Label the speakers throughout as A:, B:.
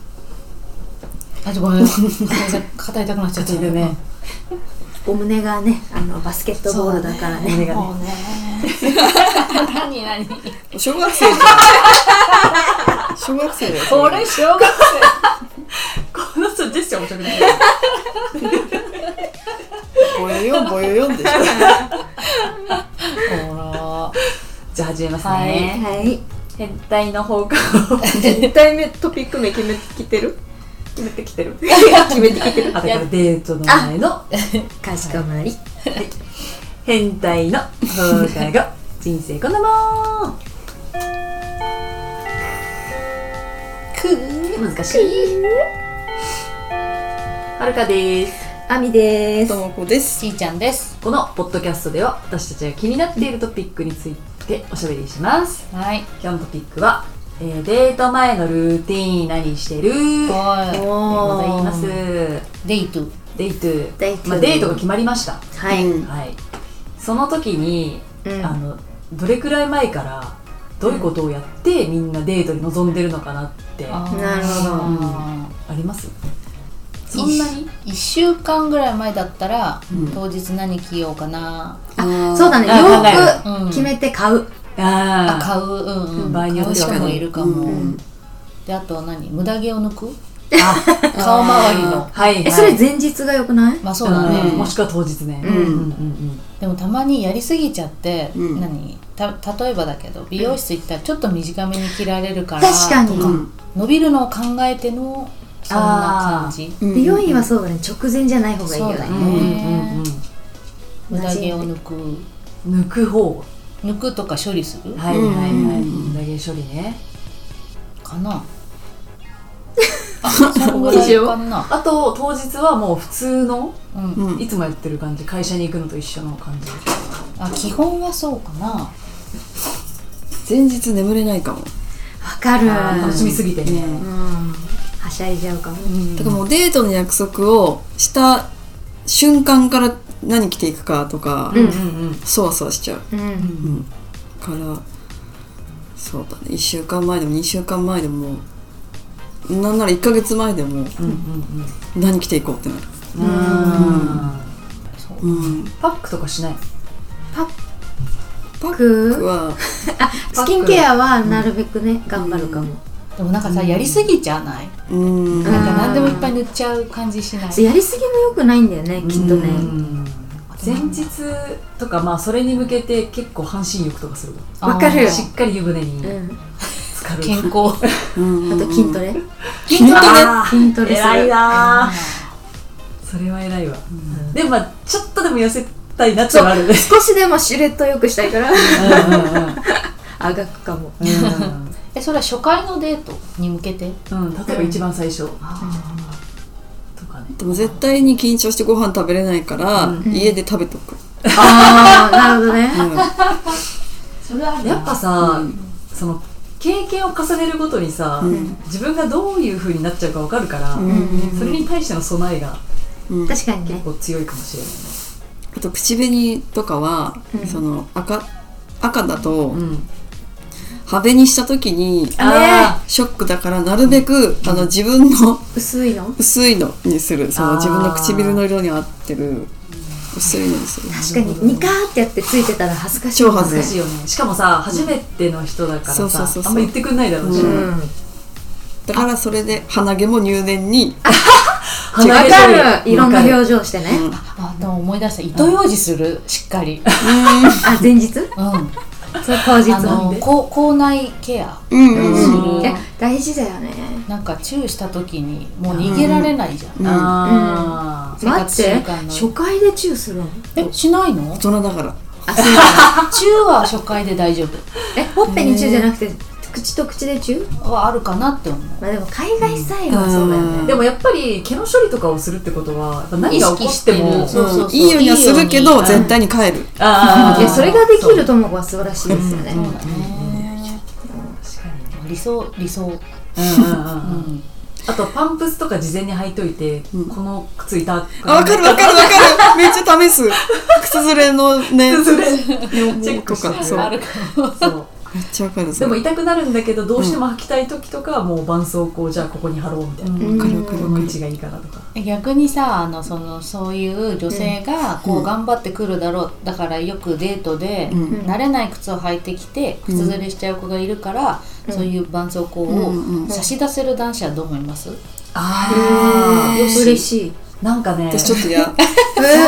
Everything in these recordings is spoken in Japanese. A: 大丈夫、肩痛くなっちゃった
B: 自分ね。
C: お胸がねあのバスケットボールだからね
B: 胸が
A: も
B: ね
A: うね。何何。
B: 小学生じゃん小学生だよそれ
A: 俺小学生。
D: この人ジェスチャー面白くな
B: ぼよ
D: い
B: よんぼよよんでしょ
A: ほら。
D: じゃあ始めますね、
C: はいはい
D: 変態の方から
C: 1体目トピック名決めてき てる
D: 決めてきてる
C: 決めてきてる
D: あだからデートの前の
C: かしこまり
D: 変態の放課後人生こんなもん
C: くー
D: 難しいはるかです
C: あみです
B: ともこです
A: ちいちゃんです。
D: このポッドキャストでは私たちが気になっているトピックについておしゃべりします
A: はい。
D: 今日のトピックは、えーデート前のルーティーン何してるで
A: は
D: ござい
C: お
D: ます
A: い。デイト。
D: デイトゥ
C: デイトゥ
D: まあ、デートが決まりました
C: はい、うん
D: はいその時にあのどれくらい前からどういうことをやって、みんなデートに臨んでるのかなってあ
C: なるほど
D: りますそんなに
A: 一週間ぐらい前だったら、
D: うん
A: 当日何着ようかな。
B: あ
C: そうだね
D: あ考え
A: る
C: 洋
A: うん
C: 服決めて買う、
A: あ
D: あ
A: 買う、うんうん。
D: 場合によっては
A: 買う人もいるかも。
B: うん
A: で、あとは何無駄毛を抜く
D: ーあ
A: 顔周りの。
D: はいはい
C: えそれ前日がよくない
A: まあそうだね。
D: んもしくは当日ね、
B: うん
D: うんうん
A: でもたまにやりすぎちゃって、
B: うん
A: 何た例えばだけど美容室行ったらちょっと短めに切られるから
C: 確かに
A: と
B: うん
A: 伸びるのを考えてのそんな感じ
B: うん
C: 美容院はそうだね直前じゃない方がいいよ
A: そうだ
D: う
A: ね
C: ね
D: んうんうん
A: 無駄毛を抜く
D: うん抜く方
A: 抜くとか処理する
D: はいはい
B: う
D: はい、
B: んうんうん
D: 無駄毛処理ね
A: かなあそこぐらいかな、
D: あと当日はもう普通の
A: うん、
B: うん
D: いつもやってる感じ会社に行くのと一緒の感じ
A: あ基本はそうかな
B: 前日眠れないかも
C: わかる
D: あー楽しみすぎてね、
C: うんはしゃいじゃうかも
B: だからもうデートの約束をした瞬間から何着ていくかとか、
C: うん
D: うんうん
B: そわそわしちゃう
C: うん、
B: うんからそうだね1週間前でも2週間前でもなんなら1ヶ月前でも
D: うんうん
B: 何着ていこうってなる、
D: うんうん
A: そう
B: うん、
D: パックとかしない
B: パッ
C: く
B: クは
C: スキンケアはなるべくね、頑張るかも、
A: でもなんかさやりすぎじゃない
B: うん
A: なんか何でもいっぱい塗っちゃう感じしない
C: やりすぎも良くないんだよねきっとね、
D: うん前日とかまあそれに向けて結構半身浴とかする
A: あー
C: わかる
D: しっかり湯船に
C: うん、
D: 浸かる、
A: 健康
B: うん
C: あと筋トレ、
B: 筋トレ
D: あー
C: 筋トレする
D: 偉いなー
A: あ
D: それは偉いわ、でもまあちょっとでも痩せたいなってのはあるね
C: 少しでもシュレット良くしたいから
D: う
C: あがくかも
D: ん うん
A: えそれは初回のデートに向けて
D: うん、うん、例えば一番最初、とかね
B: でも絶対に緊張してご飯食べれないから、
D: うん
B: 家で食べとく、
C: ああなるほどね
B: うん
A: それは
D: やっぱさ、その経験を重ねるごとにさ、
B: うん
D: 自分がどういう風になっちゃうかわかるから、
B: うん
D: それに対しての備えが
B: うん
C: 確かにね
D: こう強いかもしれないね
B: あと口紅とかは、
C: うん
B: その赤赤だと
D: ん、
B: 派手にした時に
D: あ
B: ショックだからなるべく、あの自分の
C: 薄いの
B: 薄いのにするそ
D: あー
B: の自分の唇の色に合ってる薄いのにする
C: 確かにニカーってやってついてたら恥ずかしい
B: 超恥ず
D: ー難
B: か
D: し
B: し
D: いよねしかもさ初めての人だからさ、
B: そうそうそうそう
D: あんま言ってくんないだろうし、
B: う
C: うんわ
B: いだからそれで鼻毛も入念に
D: 鼻毛処理
C: かるいろんな表情してね、
B: うん
A: あでも思い出した糸ようじするしっかり
C: あ前日そう
A: うんあ
C: 当日
A: の口口内ケア
B: うん
D: う
B: うん
D: ん
C: いや大事だよね
A: なんかチューした時にもう逃げられないじゃん、
B: うん
D: あー、
A: 生
C: 待
A: 活
C: っ
A: 習
C: て
A: 慣の
C: 初回でチューするの
A: えしないの
B: 大人だから
C: あそうだ
A: チューは初回で大丈
C: えほっぺにチューじゃなくて口と口でチュー
A: 夫はあるかなって思う
C: まあでも海外スタイルはそうだよ
B: うん
C: ね
D: でもやっぱり毛の処理とかをするってことはやっぱ何が起こって
A: 意識
D: も
A: してるそうそうそう
B: うんいいようにはするけ
A: いいよう
B: ど
A: に
B: 絶対に帰る
D: あー
C: いやそれができるともは素晴らしいですよね、
A: そうだね
D: 確かにね
A: 理想理想
D: うんうん
A: う
D: うんうん
A: ん
D: あとパンプスとか事前に履いといて、
B: うん
D: この靴いた
B: あわかるわかるわかるめっちゃ試す靴ずれのね
D: それ
B: 両
D: チェ
B: 方
D: ック
B: と
D: して
B: かそう
A: あるかも
D: そう
B: めっちゃわかるそれ
D: でも痛くなるんだけどどうしても履きたい時とかはもう絆創膏をじゃあここに貼ろうみたいな、
A: うん
B: わかるわかるわ
D: こ
B: か
D: の
B: る
D: 位置がいいかなとか
A: 逆にさあのそのそういう女性がこ
B: うん
A: う頑張ってくるだろうだからよくデートで
B: うん
C: ん
A: 慣れない靴を履いてきて
B: うん
A: 靴ずれしちゃう子がいるから
C: うん
A: そういう絆創膏
B: うんうん
A: を差し出せる男子はどう思います
D: あ
C: へー嬉
D: い
C: しい
D: なんかね
B: 私ち
D: そ
B: ょっとや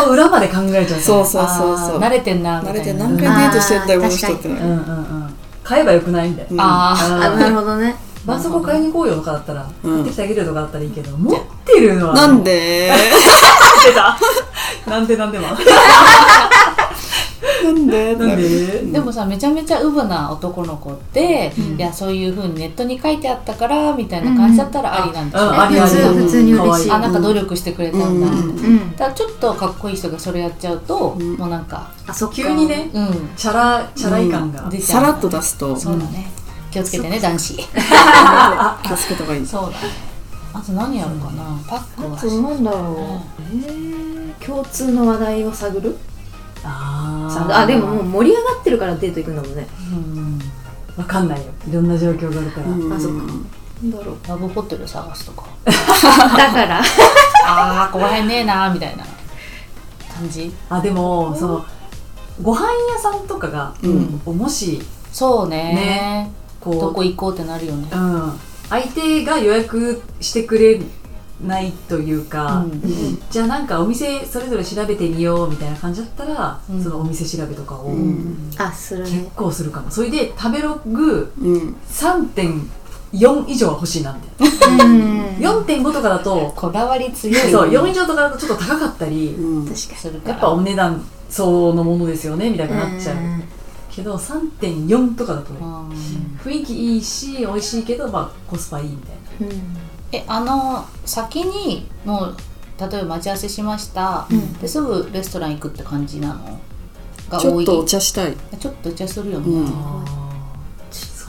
D: の裏まで考えちゃう
B: そう
D: う
B: そうそうそ
A: あ
B: う
A: ー慣れてんなみた
B: 慣れ
A: い
B: て
A: な
B: 何回デートしてんだよこの人って
D: うんうんうん買えばよくないみたいな
A: あ
C: あ
D: あ
C: なるほどね
D: ー絆創膏買いに行こうよとかだったら
B: うん
D: 買ってきてあげるとかだったらいいけど持ってるのは
B: なんで
D: 出たなんでなんでも
B: なんで
D: なんで
A: でもさめちゃめちゃウブな男の子って、
D: うん
A: いやそういう風にネットに書いてあったからみたいな感じだったらありなんでしょ、
D: うん
A: う
D: ありあり
B: 普通普通
C: に嬉しい
A: あなんか努力してくれたんだ、
B: うん
C: うん
A: ただちょっとかっこいい人がそれやっちゃうと、
B: うん
A: もうなんか
C: あそっか
D: 急にね
A: うん
D: チャラチャラい感が、
A: うんで
B: さらっと出すと
A: そうだね気をつけてね男子
B: 気をつけた方がいい
A: そうだあと何やるかな、パックを
C: あ
A: 出
C: と
A: し
C: なんだろうえー共通の話題を探る
D: あ
C: さ
D: ー
C: あでももう盛り上がってるからデート行くんだもんね
D: うんわかんないよいろんな状況があるから、
B: うん
C: あそっかなんだろう
A: ラブホテル探すとか
C: だから
A: あーここら辺ねえなみたいな感じ
D: あでもそのご飯屋さんとかが、
B: うん
D: もし
A: そうね
D: ねこう
A: どこ行こうってなるよね
D: うん、相手が予約してくれないというか、
A: うん
B: う
D: じゃあなんかお店それぞれ調べてみようみたいな感じだったら、
A: うん
D: そのお店調べとかを、
B: んうん
C: あする
D: 結
C: ね
D: 構するかもそれで食べログ
B: うん
D: 3.4以上は欲しいなみたい
C: うん
D: な、4.5とかだと
A: こだわり強い
D: そう4以上とかだとちょっと高かったり、
B: うん
C: 確か
A: するから
D: やっぱお値段相応のものですよねみたいに
C: に
D: なっちゃう、
C: ん
D: けど3.4とかだとね、
A: うん
D: 雰囲気いいし美味しいけど、まあ、コスパいいみたいな
C: うん
A: えあの先にもう例えば待ち合わせしました、
C: うん
A: ですぐレストラン行くって感じなのが
B: ちょ
A: 多
B: っ
A: い
B: とお茶したい
A: ちょっとお茶するよね、
B: うん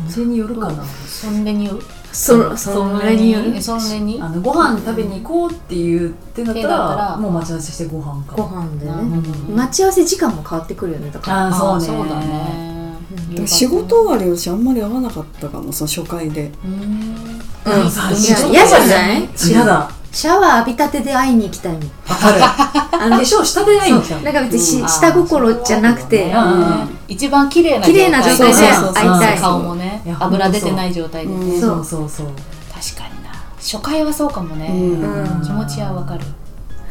D: それによるかな
A: そんでによる
C: そそれによる
A: えそんでに
D: あのご飯食べに行こうって言ってなった
A: うんだった
D: ら
A: ら
D: もう待ち合わせしてご飯か
C: ご飯で
A: な
C: ね
A: るほど
D: うん
C: 待ち合わせ時間も変わってくるよねだから
D: あ
A: あ
D: あそうね
A: そうだね
C: う
A: 夕
C: ん
A: 方
C: だ
A: ね
B: 仕事終わりのしあんまり合わなかったかもその初回で
A: うん
D: うん
C: いや嫌じゃない
D: 嫌だ
C: シャワー浴びたてで会いに行きたいもん
D: わかる
C: あ
D: 化
C: の
D: 粧下でないんじゃん
C: なんか別にし
A: うん
C: 下心じゃなくて
D: あーうんうん
A: 一番綺麗な
C: 綺麗な状態で
A: ね
B: そうそうそう
C: 会いたい
A: 顔もね
D: いや
A: 油出てない状態でね、
B: うん
D: そうそうそう
A: 確かにな初回はそうかもね、
B: うん
A: 気持ちはわかる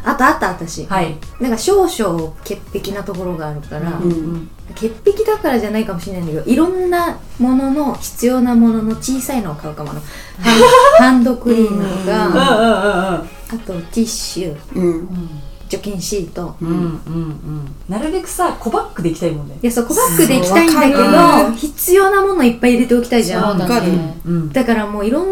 C: あとあった私
D: はい
C: なんか少々潔癖なところがあるから
B: うん
C: 潔癖だからじゃないかもしれないんだけどいろんなものの必要なものの小さいのを買うかも あのハンハンドクリームと
D: うん
C: か
D: う
C: あ
D: ん
C: とティッシュ
B: うん
C: 除菌シート
D: うんうんうんうんうんなるべくさ小バッグで行きたいもんね
C: いやそう小バッグで行きたいんだけ
B: そうわか
C: ど必要なものいっぱい入れておきたいじゃ
A: そうんだ
B: わかる
A: ね
D: うん
C: だからもういろんな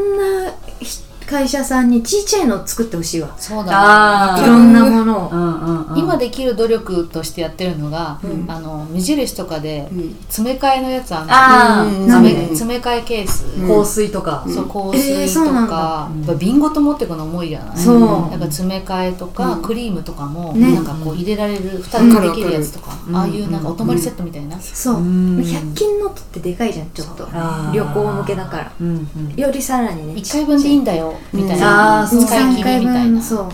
C: ひ会社さんにちっちゃいのを作ってほしいわ
A: そうだね
D: あ
C: い
D: あ
C: ろんなものを
D: うんうんうん
A: 今できる努力としてやってるのが、
B: うん
A: あの無印とかで
B: うん
A: 詰め替えのやつあんの
D: あ
B: うん
C: な
D: あ
A: 詰
C: ん
A: め
C: で
A: 替え詰め替えケース、
B: うん
D: 香水とか
A: そう
B: うん
A: 香水
C: えー
A: と
C: そうなんだ
A: か、
D: うん
A: やっぱ瓶ごと持っていくの重いじゃない
C: そう
A: やっぱ詰め替えとか、クリームとかも、
C: ね
A: なんかこう入れられる蓋ができるやつとか、
D: うん
A: ああいうなんかお泊まりセットみたいな、
C: そう
D: うん
C: 100均ノートってでかいじゃんちょっと
D: あー
C: 旅行向けだか
D: うんうん
C: らよりさらにね
A: 1回分でいいんだよみたい
D: うんあ
A: な、
D: ーそう
A: 使い切りみたいな
C: 23
A: そう
C: そう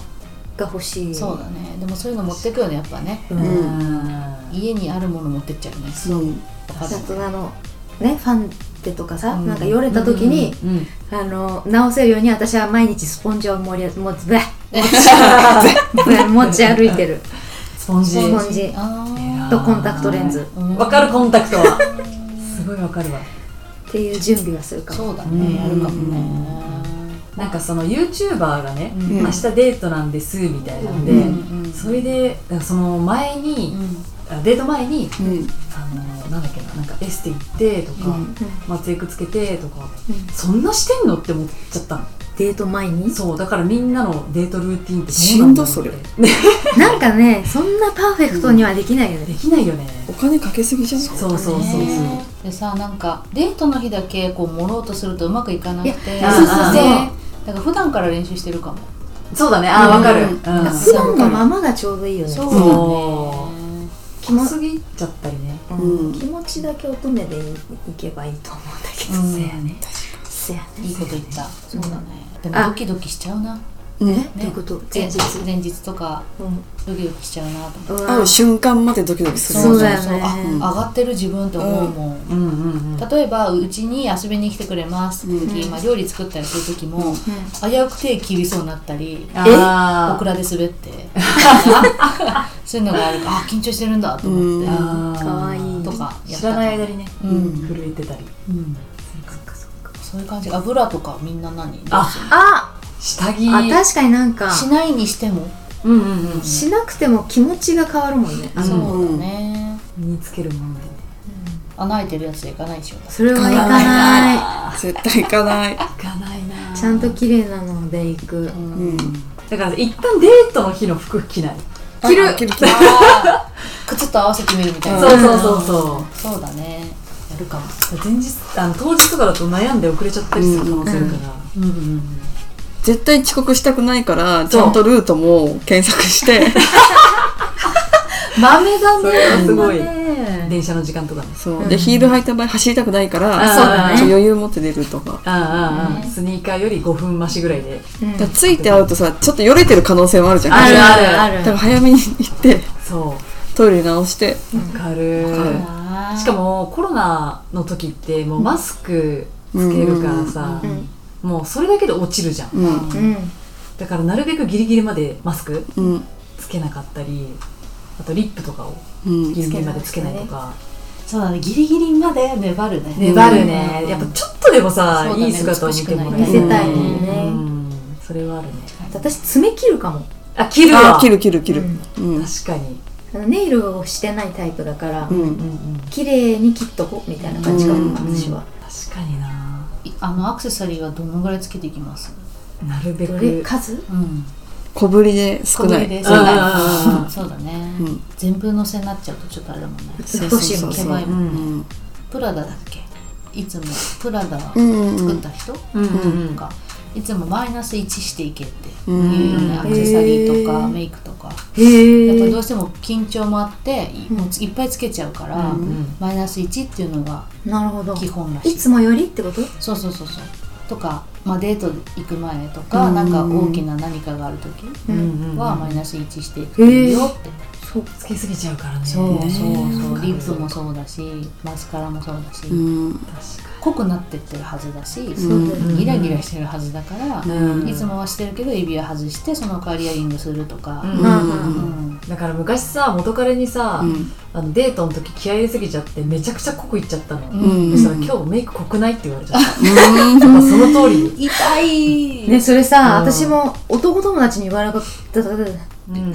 C: が欲しい
A: だねでもそういうの持ってくよねやっぱね
C: うん
B: うん
A: 家にあるもの持ってっちゃうね
B: うん
C: あ とあのねファンデとかさ、
A: うん
C: なんかよれた時に、
D: うん
C: あの直せるように私は毎日スポンジを盛りもうブッ持ち歩い てる
D: スポンジ
C: スポンジ
A: あ
C: とコンタクトレンズ
A: ーうん
D: わかるコンタクトはすごいわかるわ
C: っていう準備はするかも
A: そうだ
D: うん
A: ねやるかもね
D: なんかその YouTuber がね、
A: うん
D: 明日デートなんですみたいなんで、
B: うん
A: うん
D: それでなんかその前
A: う
D: に、
A: ん
D: あデート前に
B: うん
D: あのなんだっけななんかエステ行ってとか、
B: うん
D: 松江区つけてとか
C: うん
D: そんなしてんのって思っちゃったの
C: デート前に
D: そうだからみんなのデートルーティンって
B: しんど
D: ね
C: なんかねそんなパーフェクトにはできないよ
D: で
C: ね、
D: きないよね
B: お金かけすぎじゃない
D: そうそうそうそう、
A: ねでさなんかデートの日だけこう盛ろうとするとうまくいかなくて
C: い
D: やそうそうそう
A: でだから普段から練習してるかも
D: そうだねあーわかる、
B: うん
C: 普段のままがちょうどいいよね
A: そう
D: だね
A: ね
D: 気もすぎちゃったりね
C: う
B: うん
C: 気持ちだけ乙女でいいけばいいと思うんだけど、
A: そうやね
C: せやね
A: いいこと言ったそうだねで
C: あ
A: もドキドキしちゃうな
B: ね
C: どういうこと
A: 前日前日とかドキドキしちゃうなと思って
C: うん
B: 会う瞬間までドキドキする
C: そうだよね
A: あ上がってる自分って思うもん
D: うんうんうん
A: 例えばうちに遊びに来てくれますって時、
C: うん
A: まあ、料理作ったりする時も、危うく手切りそうになったりオ
D: あ
A: ク
D: ー
A: ラで滑ってそういうのがあるからあ緊張してるんだと思って、
D: あー
C: かわいい
A: とかやった
D: 知らない間にね、
A: うん
D: 震えてたり
A: うんそういう感じ油とかみんな何
D: あ
C: あ
D: 下着
C: あ確かになんか
A: しないにしても
D: うんうんうん
C: しなくても気持ちが変わるもんね
D: あの
A: そうだね、
D: 身につけるものでね
A: 穴開いてるやつでいかないでしょ
C: それはいかない
D: あ
B: 絶対行かない
D: ーいかないな
C: ちゃんと綺麗なので行く
A: う
B: うんん
D: だから一旦デートの日の服着ない
B: 着る着る着る
A: あー靴と合わせてみるみたいな、
D: そうそうそうそう
A: うんそうだねやるかも
D: 前日あの当日とかだと悩んで遅れちゃったりする可能性あるから、うんうんうん
B: 絶対遅刻したくないからち
D: そう
B: ゃんとルートも検索して
D: 豆だ
C: そ
D: ね
C: れは
D: すごい
C: ね
D: 電車の時間とかね
B: そうでヒール履いた場合走りたくないから
D: あそうだね
B: ちょっと余裕持って出るとか
D: ああああ、
A: ね
D: スニーカーより5分増しぐらいで
C: うん
B: だからついて会うとさちょっとよれてる可能性もあるじゃん
C: あるあ
D: ある
C: るあ
B: だ
C: る
B: から早めに行って
D: そ
B: トイレ直して
D: うわかる
B: わかる
A: あー
D: しかもコロナの時ってもうマスクつけるからさ、
C: うん
D: もうそれだけで落ちるじゃん、
B: うん
C: うん
D: だからなるべくギリギリまでマスク
B: うん
D: つけなかったりあとリップとかを
B: うん
D: ギリギリまでつけないとか
A: そうだねギリギリまで粘るね
D: 粘るね、やっぱちょっとでもさ、
A: そうだね
D: いい姿を見てもら
A: 美
D: い
A: し
C: くないね見せたいね
D: うんそれはあるね
C: 私爪切るかも
D: あ切る
B: あ
D: わ
B: ー切る切る切る
C: うん
B: うん
D: 確かに
C: あのネイルをしてないタイプだから
B: うん
D: うんうん
C: 綺麗に切っとこうみたいな感じかも私は
D: 確かにない
A: あのアクセサリーはどのぐらいつけていきます
D: なるべく
C: どれ数
A: うん
B: 小ぶりで少な
A: 小ぶり
B: い
A: で少
D: うんうんう
A: なんいそうだね
B: うん
A: 全部のせになっちゃうとちょっとあれだもんね
B: そ
C: 少
B: うそう
C: し
B: そ
C: も
B: う
A: け
B: そう
A: ばいいうもん
D: ん
A: プラダだっけいつもプラダ
B: うんう
A: 作っ
B: ん
A: た人
D: うんうん
A: がいつもマイナス1していけって
B: う
A: いうんよね
D: うん
A: アクセサリーと
B: へ
A: か
B: ー
A: メイクとかやっぱ
C: へ
A: どうしても緊張もあってい
C: うん
A: もういっぱいつけちゃうから、
D: うん
A: マイナス1っていうのが
C: なるほど
A: 基本らしい
C: いつもよりってこと
A: そうそうそうそうとか、まあ、デート行く前とか、
B: うん
A: なんか大きな何かがある時
D: う
C: うんん
D: うん
A: はマイナス1していくといいよって、
C: そう
D: つけすぎちゃうからね
A: そうそうそう、
D: ね
A: リップもそうだしマスカラもそうだし、
B: うん
D: 確か
A: 濃くなってってるはずだし、
C: そうだよね
D: うん
A: ギラギラしてるはずだから、
D: に、うん
A: いつもはしてるけど指輪外してその代わりイヤリングするとか、
D: う
A: うんんうん
D: だから昔さ元彼にさ、
B: うん
D: あのデートの時気合い入れすぎちゃってめちゃくちゃ濃くいっちゃったの、
B: うん
D: そしたら今日メイク濃くないって言われちゃった
B: うん
D: やっぱその通り
A: 痛 い、
C: ねそれさ
D: うん
C: 私も男友達に言われなかった
D: うん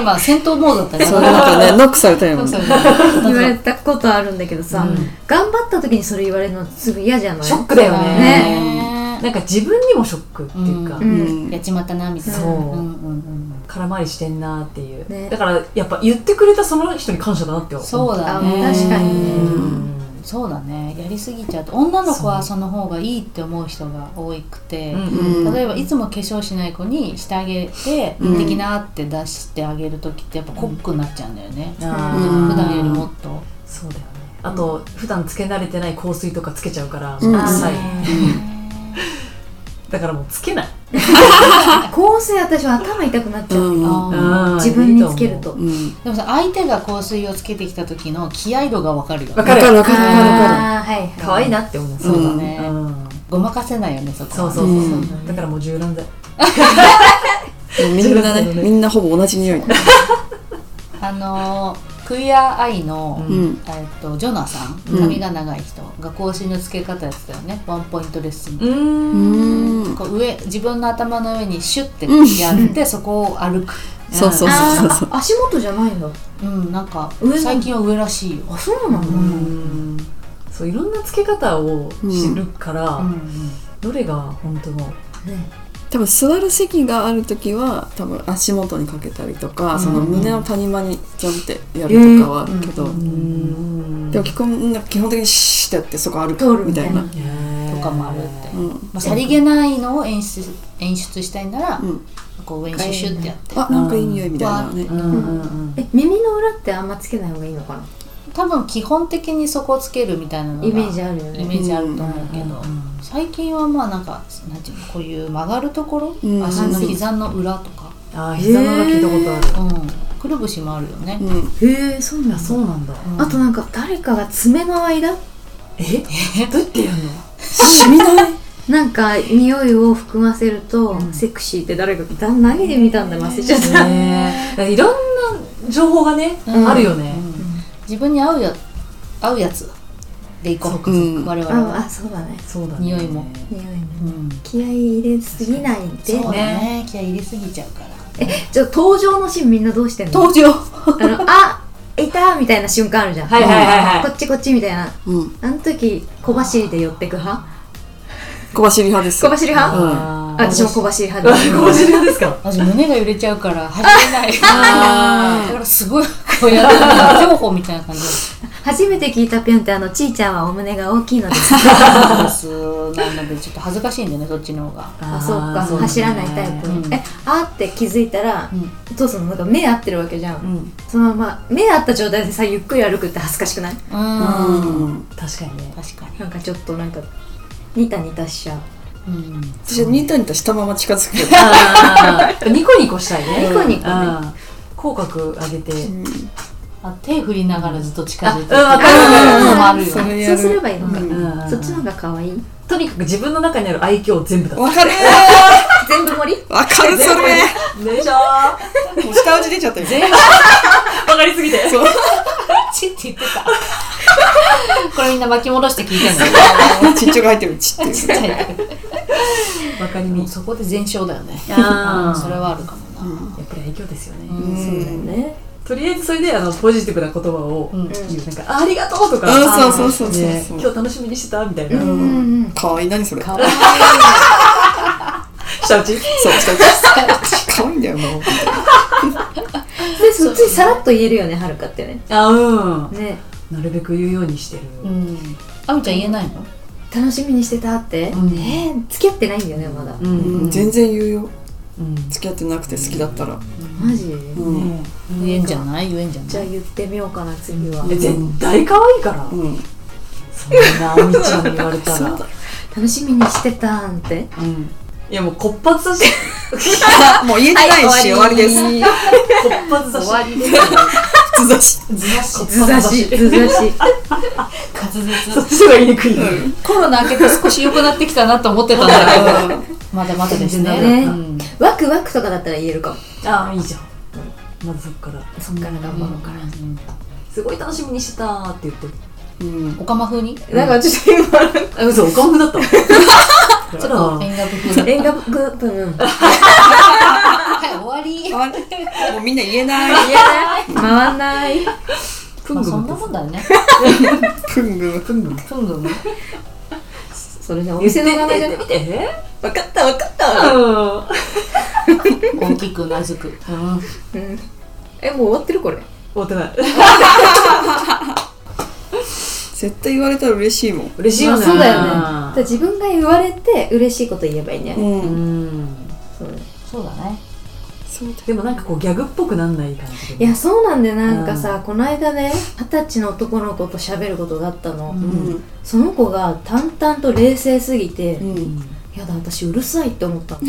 A: 今戦闘モードだったね
B: そうなんかねノックされたよ
A: そう
B: ね
A: そう
C: 言われたことあるんだけどさ
D: うん
C: 頑張った時にそれ言われるのすぐ嫌じゃない
D: ショックだよね
A: ね
D: なんか自分にもショックっていうか、
A: う
C: う
B: うん
A: や
B: ん
A: っちまったなみたいな
D: そうん
A: うんうん
D: 空回りしてんなっていう、
C: ね
D: だからやっぱ言ってくれたその人に感謝だなって思
A: そうだね
C: あ確か
D: う
C: に
D: ん
A: そうだねやりすぎちゃうと女の子は
D: そ
A: その方がいいって思う人が多くて
D: う、
B: うんん
A: 例えばいつも化粧しない子にしてあげて「
B: うん
A: できな」って出してあげる時ってやっぱコックになっちゃうんだよね、
D: あ
B: う
D: ー
B: ん
A: 普段よりもっと
D: そうだよねあと、普段つけ慣れてない香水とかつけちゃうから、
B: うん
D: うるさい
A: ね
D: だからもうつけない、
C: 香水私は頭痛くなっちゃう
B: うん
A: あー
D: うん
C: 自分につけると
B: うん
A: でもさ相手が香水をつけてきた時の気合度がわかるよ
D: わ
A: ね
B: わ
D: かる
B: かるわかるわかるわかる
C: あーはい
D: 可愛いなって思う
A: そうだね、
D: うん
A: ごまかせないよねそこ
D: そう
A: は
D: そうそう、
B: う
D: だからもう柔軟剤
B: みんなねみんなほぼ同じ匂い
A: あのークイアアイの、
D: うん
B: うん
A: えっと、ジョナさん
B: うん
A: 髪が長い人が更新の付け方やってたよねワンポイントレッスン、
B: うん
A: こう上自分の頭の上にシュッてやって、そこを歩く、
B: そうそうそう
C: あ
B: そう
C: ーあ足元じゃないんだ
A: うん、なんか
C: 上の
A: 最近は上らしいよ、
C: あそうなの
D: うんそういろんなつけ方を知るから、
A: うん
D: どれが本当の
C: ね
B: 多分座る席がある時は多分足元にかけたりとかその胸を谷間にジョンってやるとかはあるけど
D: うん
B: でも基本みんな基本的にシュッてやってそこ歩
C: 通る
B: くみたいな
C: み
A: とかもあるって、
B: うん
A: まあ、さりげないのを演出演出したいなら、
B: うん
A: こう上にシュシュってやって
B: あなんかいい匂いみたいなね
D: うんうんうん
C: え耳の裏ってあんまつけない方がいいのかな
A: 多分基本的にそこつけるみたいなのが
C: イメージあるよ
A: イメ
C: ね
A: ージあると思うけど、
D: うん
A: 最近はまあなんかなんていうのこういう曲がるところ、
B: うん
A: 足の膝の裏とか、
D: あー膝の裏聞いたことある、
A: うん、くるぶしもあるよね、
B: うん
C: へえそうなんだ
D: あそうなんだ
A: うん
C: あとなんか誰かが爪の間
D: えどうやってやるの
B: 染みない
C: なんか匂いを含ませると、
D: うん
C: セクシーって誰かだ何で見たんだろう忘れちゃった、
D: ねえいろんな情報がね、
A: うん
D: あるよね
A: う、ん自分に合うや合うやつでいこ
D: そううか
B: うん
A: 我々
C: あ
A: は、
C: あそうだね
D: そうだね
A: 匂いも
C: 匂いね
A: うん、
C: 気合い入れすぎないで
A: そうだ
D: ね
A: ね気合い入れすぎちゃうから
C: じゃあ登場のシーンみんなどうしてんの
A: 登場
C: あのあいたみたいな瞬間あるじゃん、
D: はいはいはいは
C: こっちこっちみたいな
B: うん
C: あの時小走りで寄ってく派
B: 小走り派です
C: 小走り派、
B: うん
D: い
C: あ私も小走り派です
D: 小走り派ですか
A: 私胸が揺れちゃう から走れない
D: あー
A: だからすごいこうやって なんか競歩みたいな感じです
C: 初めて聞いたぴょんってあのちいちゃんはお胸が大きいのです
A: なのでちょっと恥ずかしいんでねそっちの方が
C: あそうか走らないタイプ、
A: うん
C: えあーって気づいたら、
A: うん
C: お父さんのなんか目合ってるわけじゃん、
D: うん
C: そのまま目合った状態でさゆっくり歩くって恥ずかしくないう
B: うんん
D: 確かにね
A: 確かに
C: なんかちょっとなんかニタニタしちゃう
A: うん
B: 私はニタニタしたまま近づくよ
D: あーニコニコしたいね
C: ニコニコね
D: あー口角上げて
A: あ手振りながらずっと近づいて
D: あうんわかる
A: うんあるよ
B: それや
C: そう
B: る
C: すればいいのか、
B: うん
D: うん
C: そっちの方が可愛い
D: とにかく自分の中にある愛嬌を全部出す
B: わ かる
C: 全部盛り
B: わかるそれ
D: でしょわ
B: もう下打ち出ちゃったよ
D: かりすぎて
B: そう
A: ちって言ってたこれみんな巻き戻して聞いてんの
B: ちっちゃく入ってるちっていう
A: ちっちゃい
D: わかり
A: も
D: み
A: うそ こで全勝だよね
D: あー
A: それはあるかもな
D: やっぱり愛嬌ですよね、
A: うん
B: うん
C: そうだよね
D: とりあえずそれであのポジティブな言葉を
A: うん
D: 言う、なんかあありがとうとか、
B: うんそうそうそうそう
D: ね
B: そう
D: 今日楽しみにしてたみたいな、
C: うんうんうん
B: かわいい何それ
A: かわいい
D: 下打ち
B: そう下打 ちかわいいんだよな本
C: でそっちさらっと言えるよねはるかってね
D: あう
C: ね
D: んなるべく言うようにしてる、
A: うんあみちゃん言えないの
C: 楽しみにしてたって、
D: うん
C: えー付き合ってないんだよねまだ、
D: う
B: 当に
D: ん
B: うん全然言うよ
D: うん
B: 付き合ってなくて好きだったら
C: マジ、
B: うん
D: ね
A: 言えんじゃない言えんじゃ
C: じゃ
A: な
C: あ
A: い
C: 言ってみようかな次は、
D: え絶対可愛いから、
B: うん
D: そんなあみちゃんに言われたら
C: 楽しみにしてたんって
D: うん いやもうこっぱずだし
B: もう 言えてないし終わりです
D: こっぱずだし
A: 終わ りです
B: 普通だし
A: ずらし
C: ずざしずざし
A: 滑
D: そっ
A: 舌
D: ちが言いにくい、ね
A: コロナ明けて少し良くなってきたなと思ってたんだけどまだまだですね
C: ね
A: うん
C: ワクワクとかだったら言えるかも
D: ああいいじゃんまずそっから
C: そっから頑張ろうかな、
A: うん
D: すごい楽しみにしてたーって言ってる
B: うん
A: オカマ風に
C: なんかちょっと今
D: あ嘘おかんふだった
A: ち ょっと
D: あ
A: 演歌風だ
C: 映画部分
A: はい終わり
B: あれもうみんな言えない
C: 回んない
D: ら
A: まあそ
D: まあそ
A: ん
D: ん
A: な
D: な
A: も
D: も
A: ん
D: ん
A: だよね
B: プング
D: ふんぐん
A: ふんぐんも
C: それねお
D: 言って
C: 店
D: み
C: の名前じゃ
D: てみて
C: 分かった分かっ
D: う
C: た
D: ん
A: 大きく うなずく
D: うん
C: うんえもう終わってるこれ
D: 終わってない
B: 絶対言われたら嬉しいもん
D: 嬉しい
C: ま
D: よ
C: あ
D: ね
C: そうだよねだから自分が言われて嬉しいこと言えばいいね、
B: う
D: うんん
C: そう
A: そうだね
B: そうだ
D: でもなんかこうギャグっぽくなんない感じ
C: い
D: で
C: やそうなんでなんかさ、この間ね二十歳の男の子と喋ることがあったの、
D: うん
B: うん
C: その子が淡々と冷静すぎて、
B: う
D: うんん
C: やだ私うるさいって思ったの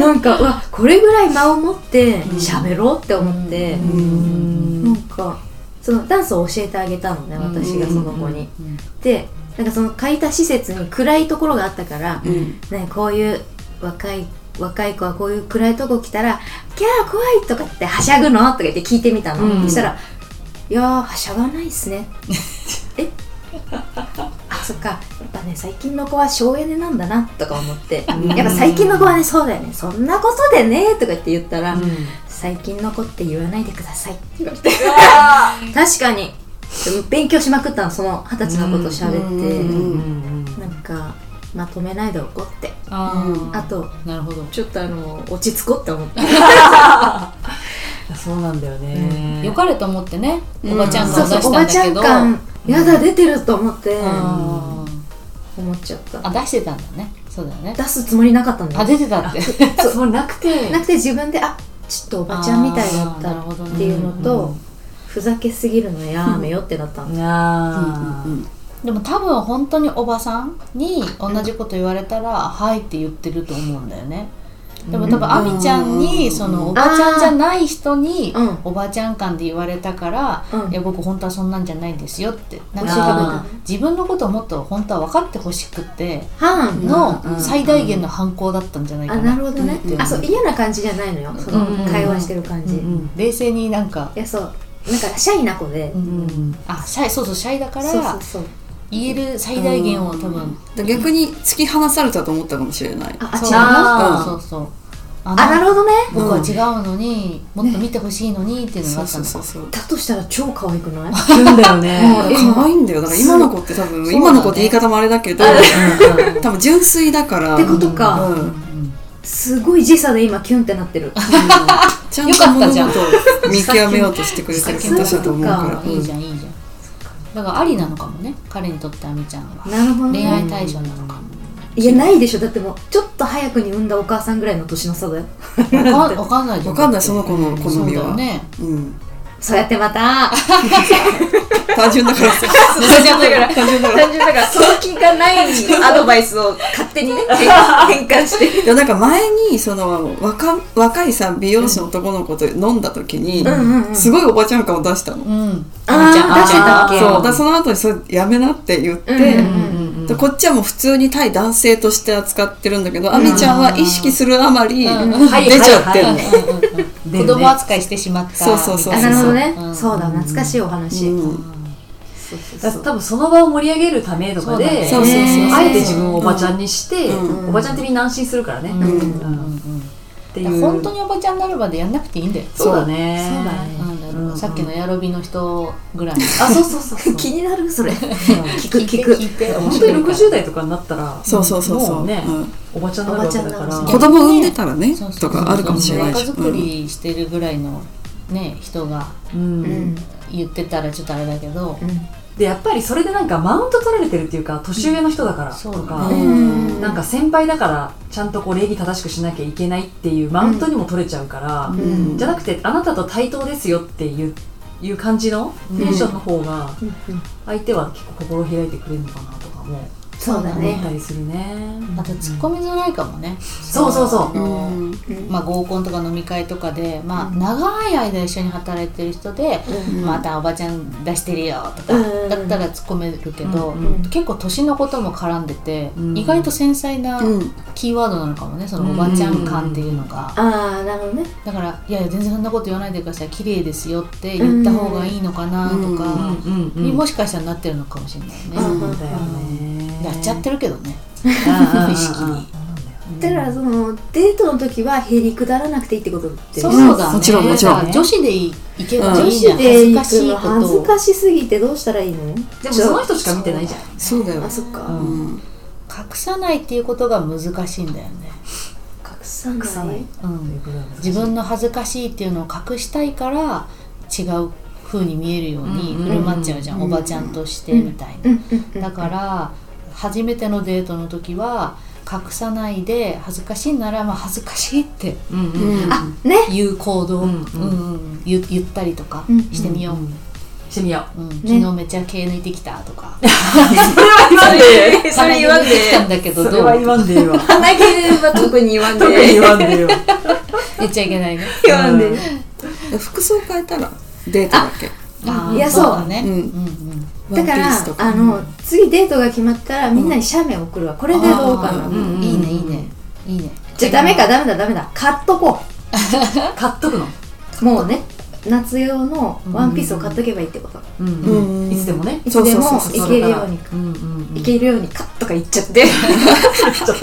C: なんかうわこれぐらい間を持って喋ろうって思って、
A: うん
D: うん
C: なんかそのダンスを教えてあげたのね私がその子に、
A: うん
C: でなんかその借りた施設に暗いところがあったから、
B: うん
C: ね、こういう若い若い子はこういう暗いとこ来たら「キャー怖い!」とかって「はしゃぐの?」とか言って聞いてみたの、
D: うん
C: そしたら「いやーはしゃがないっすね」え あそっかやっぱね最近の子は省エネなんだなとか思って
D: うん
C: やっぱ最近の子はねそうだよねそんなことでねとか言って言ったら、
D: うん
C: 最近の子って言わないでくださいって言われて 確かにでも勉強しまくったのその二十歳の子と喋って、
B: うん
D: うんうん
C: なんかまとめないで怒って
A: あ
B: うん
A: ー
C: あと
A: なるほど
C: ちょっとあの落ち着こうって思った
D: そうなんだよね
A: よかれと思ってね
B: うん
A: おばちゃん
C: そ
A: 感
C: う
A: を
C: そ
A: 出
C: う
A: したんだ
C: おばちゃ
A: け
C: ん
A: ど
C: 感やだ出てると思って
A: あー
C: 思っちゃった
A: あ出してたんだねそうだよね
C: 出すつもりなかったんだ
A: あ
C: よ
A: 出てたって
D: ったつもりなくて
C: なくて自分であちょっとおばちゃんみたいだっ
A: あーなるほど
C: た
A: ね
C: っていうのと、
D: うん
C: ふざけすぎるのやめよってなったの、
D: あ
B: うんうん
A: でも多分本当におばさんに同じこと言われたら「はい」って言ってると思うんだよねでも多分
B: あ
A: アミちゃんに
B: うん
A: そのおばちゃんじゃない人に
C: うん
A: おばちゃん感で言われたから
C: う
A: 「
C: ん
A: いや僕本当はそんなんじゃないんですよ」ってなんか
D: 教えてく
A: 多
D: れた
A: 分自分のことをもっと本当は分かってほしくて
C: はん
A: の
B: うん
A: 最大限の反抗だったんじゃないか
C: あな
A: な
C: るほどね、
B: うん
C: あそう嫌な感じじゃないのよその
A: うんうんうん
C: 会話してる感じ、
D: うん
C: い
D: うん
A: 冷静になんか
C: やそうなんかシャイな子で、
A: うんうんあシャイそうそうシャイだか
C: そうそ
A: ら
C: うそう
A: 言える最大限を多分
B: だから逆に突き放されたと思ったかもしれない
C: ああ
A: そう
C: 違うな
D: あー
A: そうそうそう
C: あ
A: あ
C: なるほどね
A: 僕は違うのに、もっと見てほしいのにっていうのが
B: そ
A: あったの
B: うそう
A: か
B: そうそう
C: だとしたら超可愛くない
D: するんだよね。
C: え
B: 可愛いんだよだから今の子って多
A: そう
B: 分今の子って言い方もあれだけど多分純粋だから
C: ってことか
B: うんうん
C: すごい時差で今キュンってなってる
B: ちゃんと物事を見極めようとしてくれてる人たちだと思うから
C: う
A: いいじゃんいいじゃんだからありなのかもね彼にとってあみちゃんは
C: なるほど
A: 恋
C: ね
A: 愛対象なのかも
C: いやないでしょだってもうちょっと早くに産んだお母さんぐらいの年の差だよ
A: わかわかんないじゃん
B: わかんないその子の好
A: そうだ
B: み
A: よ
B: は
A: ね
B: うん
C: そうやってまた
B: 単純だからさ
C: 単純だから単純だからその気がない アドバイスを勝手にね変換して
B: いやなんか前にその若若いさ美容師の男の子と飲んだ時に、
C: うんうんうん
B: すごいおばちゃん感を出したの、
A: うん
C: あー
A: あみちゃん
C: 出してたわけ
B: そうだからその後にそれやめなって言って、
C: うんうん
B: でこっちはもう普通に対男性として扱ってるんだけど、あみちゃんは意識するあまり出ち
A: うん
D: はい
B: ゃってるの、
A: うんうん子供扱いしてしまった
B: そうそうそう
C: あ
A: みた
C: ないるほどね、
A: うん
C: そうだ懐かしいお話、
B: うん
C: そうそ
D: だ
C: う
D: か
C: そ
D: ら
C: う
D: 多分その場を盛り上げるためとかで
B: そうだねそうそうそう
D: あえて自分をおばちゃんにして、
B: うん
D: おばちゃんってみんな安心するからね、
A: うんうん
D: う
A: うん
D: っ
A: ん
D: て
A: い
D: い
A: や
D: う
A: 本当におばちゃんになるまでやんなくていいんだよ
D: そうだね
C: そうだね
A: なんだろう
D: うん
A: さっきのエアロビの人ぐらい
D: あそうそう そうそう
C: 気になるそれ聞く
A: 聞いて
C: 聞く
A: 聞いて
D: 本当に60代とかになったら
B: そうそうそうそ
D: も
B: う、
D: うね、
B: うん
D: おばちゃんになるわけだから
C: おばちゃんになる
B: 子供産んでたらね
A: そうそう
B: とかあるかもしれないし、
A: そうそうそう若作りしてるぐらいのね人が
D: うん
C: うん
A: 言ってたらちょっとあれだけど、
D: でやっぱりそれでなんかマウント取られてるっていうか年上の人だから
A: そ
D: と
A: うだね
D: か、
B: うん
C: うん
D: なんか先輩だからちゃんとこう礼儀正しくしなきゃいけないっていうマウントにも取れちゃうから、
B: うん
C: うん
D: じゃなくてあなたと対等ですよっていういう感じのテンションの方が相手は結構心開いてくれるのかなとかも
C: そうだ
D: 思っ
C: ね
D: たりするね。
A: あと突っ込みづらいかもね、
D: そうそうそう
A: あの
B: うん
A: まあ、合コンとか飲み会とかで、まあ、長い間一緒に働いてる人で、
B: うん
A: またおばちゃん出してるよとか、
C: うん
A: だったら突っ込めるけど、
D: うん
C: うん
A: 結構年のことも絡んでて、
D: うん
A: 意外と繊細な
B: うん
A: キーワードなのかもねそのおばちゃん感っていうのが、
C: ああなるほどね
A: だから「いやいや全然そんなこと言わないでください綺麗ですよ」って言った方がいいのかなと
B: う
A: か、
D: うんうん
A: にもしかしたらなってるのかもしれないね。
C: うん
D: そうだよね。
A: やっちゃってるけどね。
D: うんうんうん
A: 意識に
C: だからそのデートの時はへりくだらなくていいってことって
A: そう
B: うん
A: だね。
B: もちろんもちろん
A: だから女子でいいけばい
B: 女
A: い
C: 女
A: じゃ
C: 子
A: ん。
C: で行くの
A: 恥ずかしいこと
C: 恥ず
A: を。
C: かしすぎてどうしたらいいの
D: でもその人しか見てないじゃん。
B: そうだよ
C: あ、そっか、
D: う
B: うんん、
A: 隠さないっていうことが難しいんだよね、
C: 隠さない
D: さない
A: うん、自分の恥ずかしいっていうのを隠したいから違う風に見えるように
D: うん
A: 振る舞っちゃうじゃん、
B: うん
A: おばちゃんとしてみたいな、
C: うんうんうん
A: だから初めてのデートの時は隠さないで恥ずかしいならまあ恥ずかしいって
D: うんうんうん
C: あね
A: いう行動、う
D: うんん
A: うん言言ったりとか
C: うん
A: してみよう、
D: んしてみよう。
A: うん
C: ね
A: 昨日めっちゃ毛抜いてきたとか
C: それ言わん
A: 抜いてきたん
C: で
A: だけどどう
D: わんでいいわ。
C: 鼻毛は特に言わんで
D: わんでいいわ。
A: 言っちゃいけないね
C: 言わんで
B: 服装変えたらデートだけ
A: あー
C: いや
A: だね、
B: そううんん
A: うん
C: だか
B: ワン
C: ら
B: ピースとか
C: あの次デートが決まったらみんなに写メ送るわこれでどうかな、
A: あー
D: うん
A: いいねいいねいいね
C: じゃあダメかダメだダメだ買っとこ
D: 買っとくの。
C: うもうね夏用のワンピースを買っとけばいいってこと、
D: う
B: うん
D: いつでもね。
C: いつでも
B: そうそうそう
C: 行けるように
D: うんうんうん。
C: 行けるようにカッとか言っちゃって
A: そう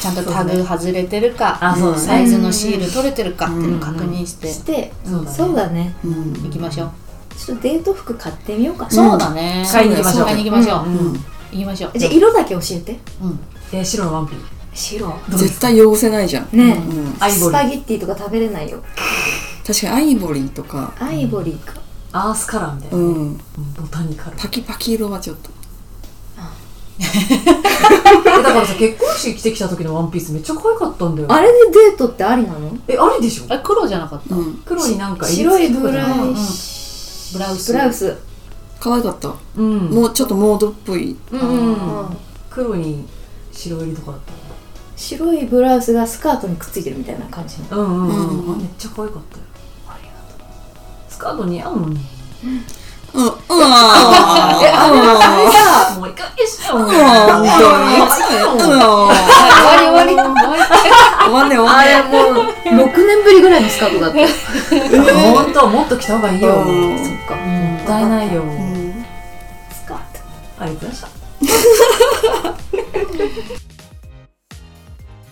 A: ちゃんとタグ外れてるか、
D: あそうだね
A: サイズのシール取れてるかっていうのを確認して
C: して
D: そうだね
C: そうだね
B: うん
A: いきましょう、
C: ちょっとデート服買ってみようかな
A: そうだね
D: 買いに行きましょう
A: 買いに行きましょう、
D: うん
B: うん
A: 行きましょう
C: じゃあ色だけ教えて
A: うん
D: えー白のワンピ。
C: 白
B: 絶対汚せないじゃん、
C: ね
B: う
C: え
B: ん、
D: アイボ
C: ス
D: リ
C: パ
D: ー。
C: ゲッティとか食べれないよ
B: 確かにアイボリーとか、
C: アイボリーか
D: アースカラーみたいうなね。
B: ん、
D: ボタニカル。
B: パキパキ色はちょっと
D: だからさ結婚式着てきた時のワンピースめっちゃ可愛かったんだよ
C: あれでデートってありなの
D: えあれでしょ
A: あれ黒じゃなかった、
B: うん
D: 黒になんか
C: 白い
D: 襟付
C: ブ
D: けとかじゃな
C: ラ
D: い
A: うん
C: ウ
A: ブラウス
C: スブラウス
B: 可愛かった、
D: うん
B: もうちょっとモードっぽい
D: うんうん
C: うん
D: 黒に白襟とかだった
C: 白いブラウスがスカートにくっついてるみたいな感じ の
D: うんうんうん、
B: うん
D: めっちゃ可愛かったよありがとうスカート似合うのに
B: うんうんあ
D: あれさもう一回しよう
B: うん本当にう
A: 終わ
B: ん
A: り終わり終わり
B: 終わんね終わんね
C: もう6年ぶりぐらいのスカートだったそっ
D: 本当もっと着た方がいいよ
B: う
D: も
B: ん
C: か
D: ったいないよ
B: うん
C: スカート
D: ありがとうございました